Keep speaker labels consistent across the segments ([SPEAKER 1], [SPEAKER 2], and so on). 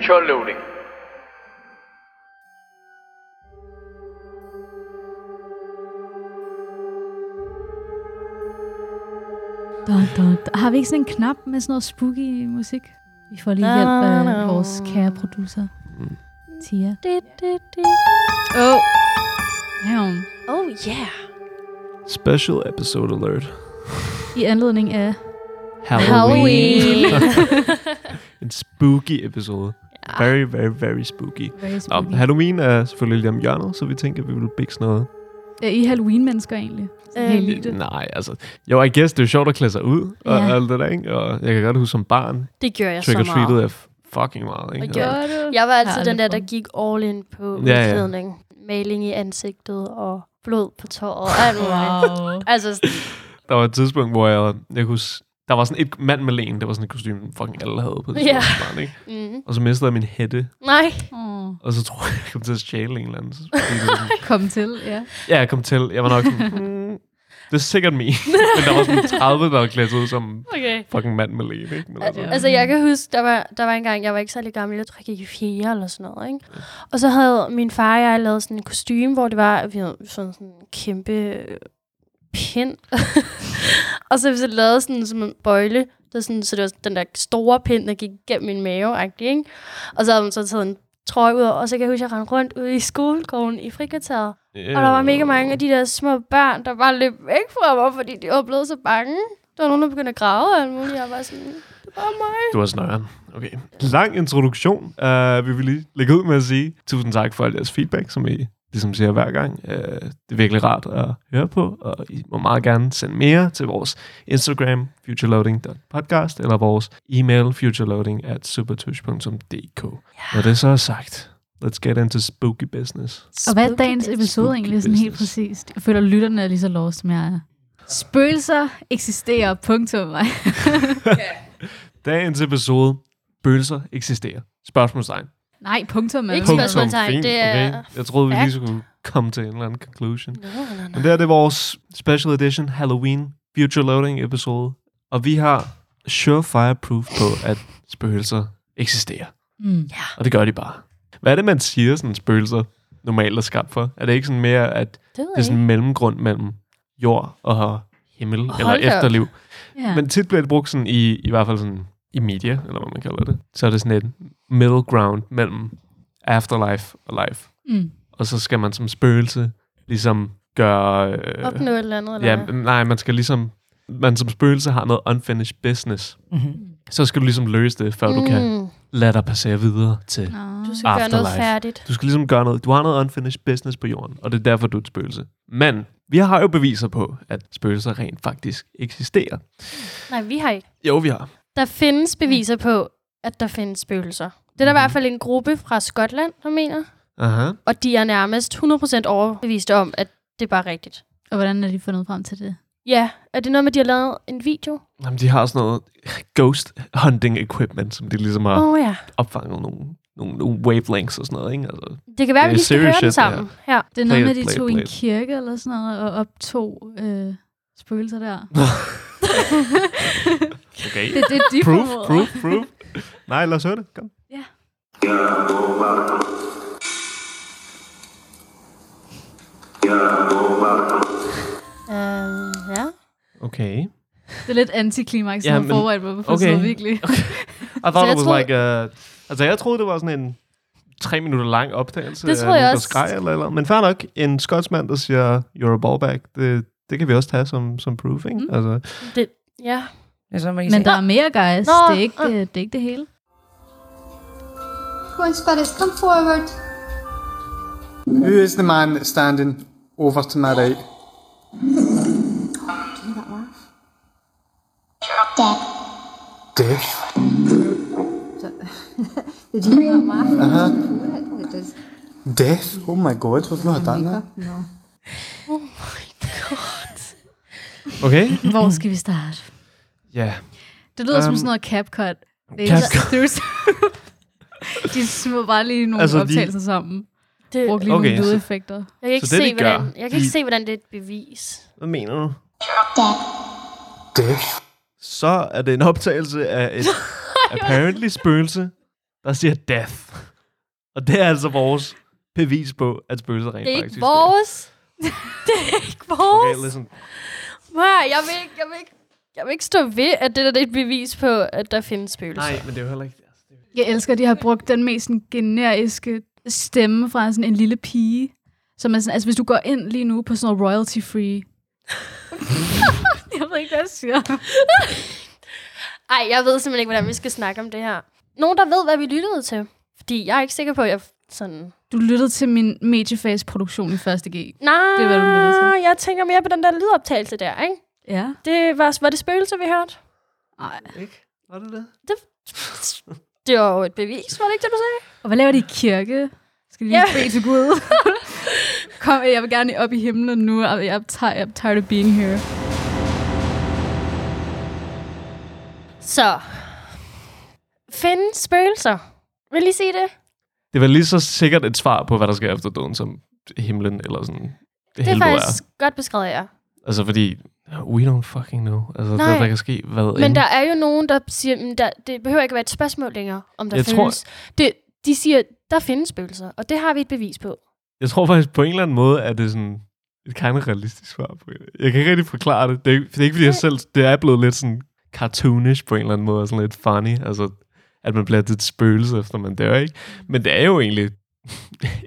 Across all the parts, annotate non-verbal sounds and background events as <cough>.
[SPEAKER 1] Future loading.
[SPEAKER 2] Dun, dun, dun. Har vi ikke sådan en knap med sådan noget spooky musik? Vi får lige hjælp af vores kære producer, Tia. Åh. Oh. Jamen,
[SPEAKER 3] Oh yeah.
[SPEAKER 4] Special episode alert.
[SPEAKER 2] I anledning af...
[SPEAKER 3] <laughs>
[SPEAKER 4] Halloween. <laughs> en spooky episode.
[SPEAKER 3] Ah.
[SPEAKER 4] Very, very, very spooky.
[SPEAKER 2] Very
[SPEAKER 4] Nå,
[SPEAKER 2] spooky.
[SPEAKER 4] Halloween er selvfølgelig lige om hjørnet, så vi tænker, at vi vil bække sådan noget.
[SPEAKER 2] Er I Halloween-mennesker egentlig? Sådan
[SPEAKER 3] Øhm,
[SPEAKER 2] helt i det.
[SPEAKER 4] Nej, altså. Jo, I guess, det er jo sjovt at klæde sig ud og
[SPEAKER 3] Ja.
[SPEAKER 4] alt det der, ikke? Og jeg kan godt huske som barn,
[SPEAKER 3] Det gjorde jeg så
[SPEAKER 4] trick-or-treatet
[SPEAKER 3] meget.
[SPEAKER 4] er fucking meget, ikke?
[SPEAKER 3] Og jeg-
[SPEAKER 2] Gør du?
[SPEAKER 3] Jeg var
[SPEAKER 2] Har
[SPEAKER 3] altid
[SPEAKER 2] aldrig
[SPEAKER 3] den der, der
[SPEAKER 2] prøvet.
[SPEAKER 3] gik all in på
[SPEAKER 4] Ja, ja.
[SPEAKER 3] udklædning. Maling i ansigtet og blod på tåret og alt muligt.
[SPEAKER 2] Wow.
[SPEAKER 3] Altså, sådan,
[SPEAKER 4] Der var et tidspunkt, hvor jeg, jeg kan huske, der var sådan et mand med len, det var sådan et kostume, fucking alle havde på det
[SPEAKER 3] Ja.
[SPEAKER 4] tidspunkt, barn, ikke?
[SPEAKER 3] mm,
[SPEAKER 4] Og så mistede jeg min hætte,
[SPEAKER 3] nej.
[SPEAKER 2] Oh.
[SPEAKER 4] og så tror jeg, jeg kom til at stjæle en eller anden. Så
[SPEAKER 3] <laughs>
[SPEAKER 4] fordi det var sådan-
[SPEAKER 2] Kom til, ja.
[SPEAKER 4] Ja, jeg kom til. Jeg var nok sådan,
[SPEAKER 3] <laughs>
[SPEAKER 4] "Mm, det er sikkert me. Men der var sådan 30, der var klædt ud som
[SPEAKER 3] Okay.
[SPEAKER 4] fucking mand med lægen, ikke? Men altså,
[SPEAKER 2] Ja.
[SPEAKER 3] Altså, jeg kan huske, der var, der var en gang, jeg var ikke særlig gammel, jeg tror, jeg gik i fjerde eller sådan noget, ikke? Og så havde min far og jeg lavet sådan en kostume, hvor det var at vi havde sådan, sådan en kæmpe øh, pind. <laughs> og så havde vi så lavet sådan som en bøjle, der sådan, så det var den der store pind, der gik gennem min mave, ikke? Og så havde hun så taget en trøje ud, og så kan jeg huske, at jeg rendte rundt ude i skolegården i frikvarteret.
[SPEAKER 4] yeah.
[SPEAKER 3] Og der var mega mange af de der små børn, der bare løb væk fra mig, fordi de var blevet så bange. Der var nogen, der begyndte at grave og alt muligt. Jeg var sådan, det var mig.
[SPEAKER 4] Øh, Du var snøren. Okay. Lang introduktion. Uh, vi vil lige lægge ud med at sige tusind tak for alt jeres feedback, som I ligesom siger hver gang. Uh, det er virkelig rart at høre på, og I må meget gerne sende mere til vores Instagram, futureloading.podcast, eller vores e-mail, futureloading at supertush.dk. Når det så er sagt, let's get into spooky business.
[SPEAKER 2] Og hvad er dagens episode
[SPEAKER 4] Spooky
[SPEAKER 2] egentlig sådan helt
[SPEAKER 4] business.
[SPEAKER 2] præcist? Jeg føler, at lytterne er lige så lost, som jeg er. Spøgelser eksisterer, punktum. <laughs> Ej.
[SPEAKER 4] Dagens episode, bølser eksisterer. Spørgsmålstegn.
[SPEAKER 2] Nej, punktum. er
[SPEAKER 3] Ikke
[SPEAKER 2] vel-
[SPEAKER 3] spørgsmål. spørgsmålstegn,
[SPEAKER 4] Fint,
[SPEAKER 3] det er
[SPEAKER 4] okay. Jeg troede, vi lige
[SPEAKER 3] fact.
[SPEAKER 4] skulle komme til en eller anden conclusion.
[SPEAKER 3] No, no,
[SPEAKER 4] Men det her det er vores special edition Halloween Future Loading episode. Og vi har surefire proof på, at spøgelser eksisterer.
[SPEAKER 2] Mm.
[SPEAKER 4] Og det gør de bare. Hvad er det, man siger, sådan spøgelser normalt er skabt for? Er det ikke sådan mere, at
[SPEAKER 3] Det ved
[SPEAKER 4] det er sådan en mellemgrund mellem jord og himmel
[SPEAKER 3] Hold
[SPEAKER 4] eller
[SPEAKER 3] da op.
[SPEAKER 4] efterliv?
[SPEAKER 2] Ja.
[SPEAKER 4] Men tit bliver det brugt sådan i, i hvert fald sådan i media, eller hvad man kalder det. Så er det sådan et middle ground mellem afterlife og life.
[SPEAKER 2] mm.
[SPEAKER 4] Og så skal man som spøgelse ligesom gøre... Øh,
[SPEAKER 3] Opnå et eller andet, eller
[SPEAKER 4] ja,
[SPEAKER 3] hvad?
[SPEAKER 4] nej, man skal ligesom... Man som spøgelse har noget unfinished business.
[SPEAKER 5] Mhm.
[SPEAKER 4] Så skal du ligesom løse det, før mm. du kan
[SPEAKER 3] Mm,
[SPEAKER 4] lade dig passere videre til...
[SPEAKER 2] Nå.
[SPEAKER 3] Du skal Afterlife. gøre noget
[SPEAKER 4] Afterlife.
[SPEAKER 3] færdigt.
[SPEAKER 4] Du skal ligesom gøre noget... Du har noget unfinished business på jorden, og det er derfor, du er et spøgelse. Men vi har jo beviser på, at spøgelser rent faktisk eksisterer.
[SPEAKER 3] Nej, vi har ikke.
[SPEAKER 4] Jo, vi har.
[SPEAKER 3] Der findes beviser på, at der findes spøgelser. Det
[SPEAKER 4] Mhm.
[SPEAKER 3] er der i hvert fald en gruppe fra Skotland, der mener.
[SPEAKER 4] Aha.
[SPEAKER 3] Og de er nærmest 100% overbevist om, at det er bare rigtigt.
[SPEAKER 2] Og hvordan er de fundet frem til det?
[SPEAKER 3] Ja, er det noget med, at de har lavet en video?
[SPEAKER 4] Jamen, de har sådan noget ghost hunting equipment, som de ligesom har
[SPEAKER 3] Åh oh, ja.
[SPEAKER 4] opfanget nogle, nogle, nogle wavelengths og sådan noget, ikke? Altså,
[SPEAKER 3] Det kan være,
[SPEAKER 4] Det
[SPEAKER 3] at
[SPEAKER 4] er
[SPEAKER 3] vi skal
[SPEAKER 4] serious
[SPEAKER 3] høre den
[SPEAKER 4] shit, det her.
[SPEAKER 3] sammen. Ja.
[SPEAKER 2] Det er noget
[SPEAKER 4] Play
[SPEAKER 2] med,
[SPEAKER 4] it,
[SPEAKER 2] at
[SPEAKER 4] play
[SPEAKER 2] de
[SPEAKER 4] it,
[SPEAKER 2] tog i
[SPEAKER 4] play
[SPEAKER 2] en
[SPEAKER 4] it.
[SPEAKER 2] kirke eller sådan noget, og optog øh, spøgelser <laughs> der.
[SPEAKER 4] <laughs> okay.
[SPEAKER 2] Det er det, de
[SPEAKER 4] proof,
[SPEAKER 2] formoder.
[SPEAKER 4] proof, proof. Nej, lad os høre det. Kom.
[SPEAKER 3] Øhm, ja.
[SPEAKER 4] Okay.
[SPEAKER 2] Det er lidt antiklimaks,
[SPEAKER 4] Ja,
[SPEAKER 2] som ja,
[SPEAKER 4] men-
[SPEAKER 2] forberedt mig på, for
[SPEAKER 4] okay.
[SPEAKER 2] okay. virkelig.
[SPEAKER 4] I thought
[SPEAKER 3] Altså, jeg
[SPEAKER 4] it was
[SPEAKER 3] troede-
[SPEAKER 4] like... Uh, altså, jeg troede, det var sådan en tre minutter lang optagelse.
[SPEAKER 3] Det
[SPEAKER 4] af
[SPEAKER 3] troede jeg
[SPEAKER 4] nogen, der
[SPEAKER 3] også.
[SPEAKER 4] Skreg, eller, eller. andet. Men fair nok, en skotsmand, der siger, you're a ballback, det, det kan vi også tage som, som proof, ikke?
[SPEAKER 2] Mm.
[SPEAKER 4] Mm. Altså,
[SPEAKER 3] Det, ja.
[SPEAKER 5] It's amazing.
[SPEAKER 2] Men der er mere, guys.
[SPEAKER 3] Nå,
[SPEAKER 2] Det er ikke, øh, det, er ikke det hele.
[SPEAKER 6] Go on, Sparrows, come forward.
[SPEAKER 7] Who is the man that's standing over to my right? Death.
[SPEAKER 6] Did you hear that laugh? Uh-huh. It does.
[SPEAKER 7] Death? Oh my god, we've not had that now.
[SPEAKER 6] No.
[SPEAKER 4] okay?
[SPEAKER 2] Hvor skal vi starte?
[SPEAKER 4] Ja. Yeah.
[SPEAKER 2] Mm-hmm. Det lyder um, som
[SPEAKER 4] Øhm,
[SPEAKER 2] sådan noget CapCut. <laughs> Det er
[SPEAKER 4] CapCut.
[SPEAKER 2] <laughs> de smed bare lige nogle
[SPEAKER 4] Altså,
[SPEAKER 2] altså,
[SPEAKER 4] de-
[SPEAKER 2] optagelser sammen.
[SPEAKER 3] Det,
[SPEAKER 2] Brugte lige
[SPEAKER 4] Okay,
[SPEAKER 2] nogle
[SPEAKER 4] så-
[SPEAKER 2] lydeffekter.
[SPEAKER 3] jeg kan ikke,
[SPEAKER 4] Så det,
[SPEAKER 3] se,
[SPEAKER 4] de gør,
[SPEAKER 3] hvordan, jeg kan ikke
[SPEAKER 4] de-
[SPEAKER 3] se, hvordan det er et
[SPEAKER 4] <laughs>
[SPEAKER 3] bevis.
[SPEAKER 4] Hvad mener du?
[SPEAKER 7] Death.
[SPEAKER 4] <laughs> Så er det en optagelse af et apparently spøgelse, der siger death. Og det er altså vores bevis på, at spøgelser rent
[SPEAKER 3] Det er
[SPEAKER 4] faktisk
[SPEAKER 3] ikke vores. <laughs> det er ikke vores.
[SPEAKER 4] Okay, listen.
[SPEAKER 3] Nej, jeg vil ikke, jeg vil ikke. Jeg vil ikke stå ved, at det der det er et bevis på, at der findes spøgelser. <laughs>
[SPEAKER 4] Nej, men det er jo heller ikke... Altså, det er...
[SPEAKER 2] Jeg elsker, at de har brugt den mest sådan generiske stemme fra sådan en lille pige. Som er sådan, altså hvis du går ind lige nu på sådan noget royalty free. jeg ved ikke, hvad jeg siger.
[SPEAKER 3] <laughs> Ej, jeg ved simpelthen ikke, hvordan vi skal snakke om det her. Nogen, der ved, hvad vi lyttede til. Fordi jeg er ikke sikker på, at jeg sådan...
[SPEAKER 2] Du lyttede til min mediefase-produktion i 1. G.
[SPEAKER 3] Nej,
[SPEAKER 2] Det er, hvad du lyttede til.
[SPEAKER 3] jeg tænker mere på den der lydoptagelse der, ikke?
[SPEAKER 2] Ja.
[SPEAKER 3] Det var, var det spøgelser, vi hørte?
[SPEAKER 2] Ej.
[SPEAKER 4] Ikke? Var det det?
[SPEAKER 3] Det var jo et bevis, var det ikke det, du sagde?
[SPEAKER 2] Og hvad laver de i kirke? Skal de lige
[SPEAKER 3] Ja.
[SPEAKER 2] bede til Gud? <laughs> Kom, jeg vil gerne op i himlen nu. og Jeg er tired, I'm tired of being here.
[SPEAKER 3] Så. Finde spøgelser. Vil I sige det?
[SPEAKER 4] Det var lige så sikkert et svar på, hvad der sker efter døden, som himlen eller sådan... Det,
[SPEAKER 3] Det er
[SPEAKER 4] helvede
[SPEAKER 3] faktisk godt beskrevet, ja.
[SPEAKER 4] Altså, fordi... We don't fucking know. Altså,
[SPEAKER 3] Nej.
[SPEAKER 4] der, der kan ske hvad
[SPEAKER 3] Men
[SPEAKER 4] end.
[SPEAKER 3] der er jo nogen, der siger, "Men der, det behøver ikke at være et spørgsmål længere, om der
[SPEAKER 4] Jeg tror-
[SPEAKER 3] findes. Det, de siger, der findes spøgelser, og det har vi et bevis på.
[SPEAKER 4] Jeg tror faktisk, på en eller anden måde, at det er sådan et kind of realistisk svar på det. Jeg kan ikke rigtig forklare det. Det er, ikke- det er ikke, fordi jeg selv... Det er blevet lidt sådan cartoonish på en eller anden måde, og sådan lidt funny. Altså, at man bliver til et spøgelse, efter man dør, ikke? Men det er jo egentlig <laughs>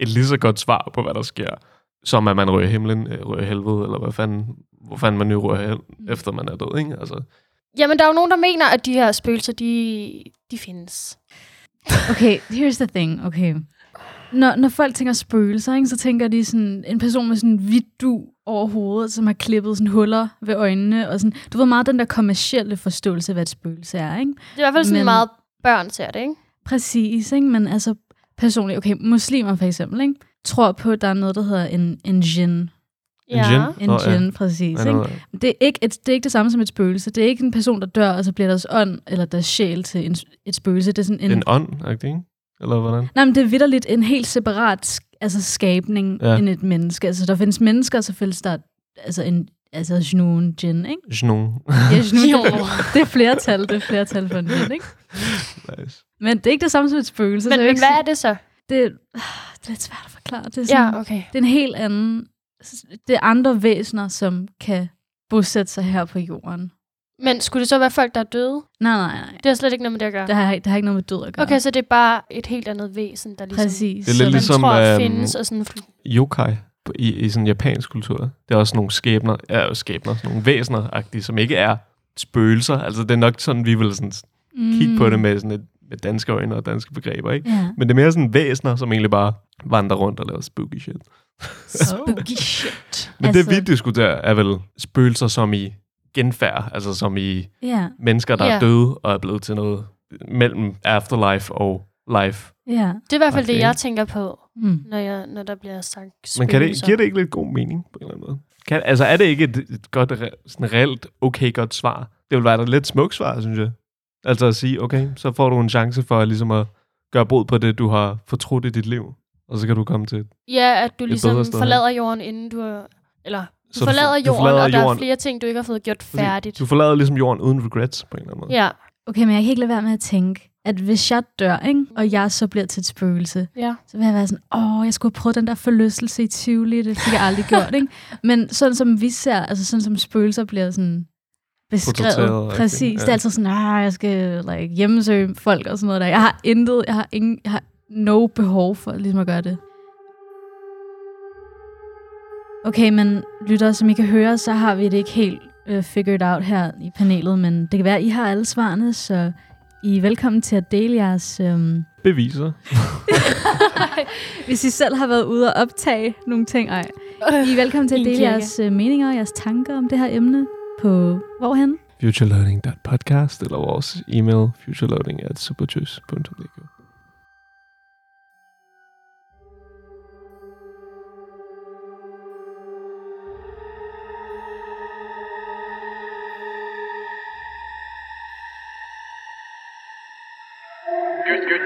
[SPEAKER 4] et lige så godt svar på, hvad der sker, som at man rører himlen, øh, rører helvede, eller hvad fanden, hvor fanden man nu rører hen,
[SPEAKER 2] Mm.
[SPEAKER 4] efter man er død, ikke? Altså,
[SPEAKER 3] Jamen, der er jo nogen, der mener, at de her spøgelser, de, de findes.
[SPEAKER 2] Okay, here's the thing, okay. Når, når folk tænker spøgelser, ikke, så tænker de sådan en person med sådan en hvidt du over hovedet, som har klippet sådan huller ved øjnene. Og sådan, du ved meget den der kommercielle forståelse af, hvad et spøgelse er, ikke?
[SPEAKER 3] Det er i hvert fald sådan
[SPEAKER 2] Men-
[SPEAKER 3] Men... meget børn ser det, ikke?
[SPEAKER 2] Præcis, ikke? men altså personligt, okay, muslimer for eksempel, ikke? tror på, at der er noget, der hedder en, en jinn.
[SPEAKER 4] en djinn?
[SPEAKER 2] <laughs> En
[SPEAKER 4] Nå,
[SPEAKER 2] oh,
[SPEAKER 4] ja.
[SPEAKER 2] jinn, præcis.
[SPEAKER 4] Ja,
[SPEAKER 2] Ikke?
[SPEAKER 4] nå, ja.
[SPEAKER 2] Det, er ikke et, det er ikke det samme som et spøgelse. Det er ikke en person, der dør, og så bliver deres ånd eller deres sjæl til en, et spøgelse. Det er sådan en,
[SPEAKER 4] En ånd, ikke? Eller hvordan?
[SPEAKER 2] Nej, men det er vidderligt en helt separat sk- altså, skabning
[SPEAKER 4] Ja.
[SPEAKER 2] ja. end et menneske. Altså, der findes mennesker, så findes der altså en altså jnun, jinn,
[SPEAKER 4] <laughs>
[SPEAKER 2] ikke?
[SPEAKER 4] Sådan nogen.
[SPEAKER 2] Ja,
[SPEAKER 3] <laughs>
[SPEAKER 2] jnun,
[SPEAKER 3] Jo.
[SPEAKER 2] det, det er flertal, det er flertal for en jinn, ikke?
[SPEAKER 4] <laughs> nice.
[SPEAKER 2] Men det er ikke det samme som et spøgelse.
[SPEAKER 3] Men,
[SPEAKER 2] så det er jo
[SPEAKER 3] men
[SPEAKER 2] ikke
[SPEAKER 3] hvad er det så?
[SPEAKER 2] det, ah, det er lidt svært at forklare. Det er, sådan,
[SPEAKER 3] Ja,
[SPEAKER 2] ja.
[SPEAKER 3] okay.
[SPEAKER 2] det er en helt anden... Det er andre væsener, som kan bosætte sig her på jorden.
[SPEAKER 3] Men skulle det så være folk, der er døde?
[SPEAKER 2] Nej, nej, nej.
[SPEAKER 3] Det har slet ikke noget med det at gøre.
[SPEAKER 2] Det har, det har ikke noget med død at gøre.
[SPEAKER 3] Okay, så det er bare et helt andet væsen, der ligesom,
[SPEAKER 2] Præcis.
[SPEAKER 4] Det er
[SPEAKER 2] Så
[SPEAKER 4] lidt
[SPEAKER 2] man-
[SPEAKER 3] man
[SPEAKER 4] Ligesom,
[SPEAKER 3] tror
[SPEAKER 4] øhm,
[SPEAKER 3] findes. Og sådan, fl-
[SPEAKER 4] yokai på- i, i sådan japansk kultur. Det er også nogle skæbner, ja, skæbner, sådan nogle væsener som ikke er spøgelser. Altså, det er nok sådan, vi vil sådan kigge på
[SPEAKER 2] Mm.
[SPEAKER 4] det med, sådan et, med danske øjne og danske begreber, ikke?
[SPEAKER 3] <laughs>
[SPEAKER 2] Ja.
[SPEAKER 4] Men det er mere sådan væsener, som egentlig bare vandrer rundt og laver spooky shit.
[SPEAKER 2] Spooky shit.
[SPEAKER 4] Men altså, det, vi diskuterer, er vel spøgelser som i genfærd, altså som i
[SPEAKER 2] Ja,
[SPEAKER 4] mennesker, der yeah.
[SPEAKER 3] Ja.
[SPEAKER 4] er døde og er blevet til noget mellem afterlife og life.
[SPEAKER 2] ja.
[SPEAKER 3] det er i hvert fald det,
[SPEAKER 4] Okay.
[SPEAKER 3] jeg tænker på,
[SPEAKER 2] Mm.
[SPEAKER 3] når, jeg, når der bliver sagt spøgelser.
[SPEAKER 4] Men kan det, giver det ikke lidt god mening på en eller anden måde? Kan, altså er det ikke et, et godt, re- sådan reelt okay godt svar? Det vil være et lidt smukt svar, synes jeg. Altså at sige, okay, så får du en chance for ligesom at gøre brud på det, du har fortrudt i dit liv. Og så kan du komme til...
[SPEAKER 3] Ja, at du
[SPEAKER 4] Et
[SPEAKER 3] ligesom
[SPEAKER 4] bedre sted hen.
[SPEAKER 3] forlader jorden, inden du er... Eller, du
[SPEAKER 4] Så du-
[SPEAKER 3] forlader
[SPEAKER 4] du
[SPEAKER 3] jorden,
[SPEAKER 4] forlader
[SPEAKER 3] og der er
[SPEAKER 4] jorden.
[SPEAKER 3] flere ting, du ikke har fået gjort
[SPEAKER 4] Fordi
[SPEAKER 3] færdigt.
[SPEAKER 4] Du forlader ligesom jorden uden regrets på en eller anden måde.
[SPEAKER 3] Ja,
[SPEAKER 2] Okay, men jeg kan ikke lade være med at tænke, at hvis jeg dør, ikke, og jeg så bliver til et spøgelse,
[SPEAKER 3] ja.
[SPEAKER 2] så vil jeg være sådan, åh, jeg skulle have prøvet den der forlystelse i Tivoli, det fik jeg aldrig gjort, ikke? Men sådan som vi ser, altså sådan som spøgelser bliver sådan
[SPEAKER 4] Portrætteret,
[SPEAKER 2] beskrevet,
[SPEAKER 4] rigtig,
[SPEAKER 2] præcis, det
[SPEAKER 4] ja.
[SPEAKER 2] er altid sådan, ah, jeg skal like, hjemmesøge folk og sådan noget der. Jeg har intet, jeg har, ingen, jeg har no behov for ligesom at gøre det. Okay, men lytter, som I kan høre, så har vi det ikke helt øh, figured out her i panelet, men det kan være, at I har alle svarene, så I er velkommen til at dele jeres... Øh,
[SPEAKER 4] Beviser.
[SPEAKER 2] hvis I selv har været ude og optage nogle ting, ej. I er velkommen til
[SPEAKER 3] I
[SPEAKER 2] at
[SPEAKER 3] en
[SPEAKER 2] dele
[SPEAKER 3] kirke.
[SPEAKER 2] jeres øh, meninger og jeres tanker om det her emne på hvorhen?
[SPEAKER 4] futurelearning.podcast eller vores e-mail futurelearning at supertøs.dk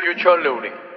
[SPEAKER 1] Future loading.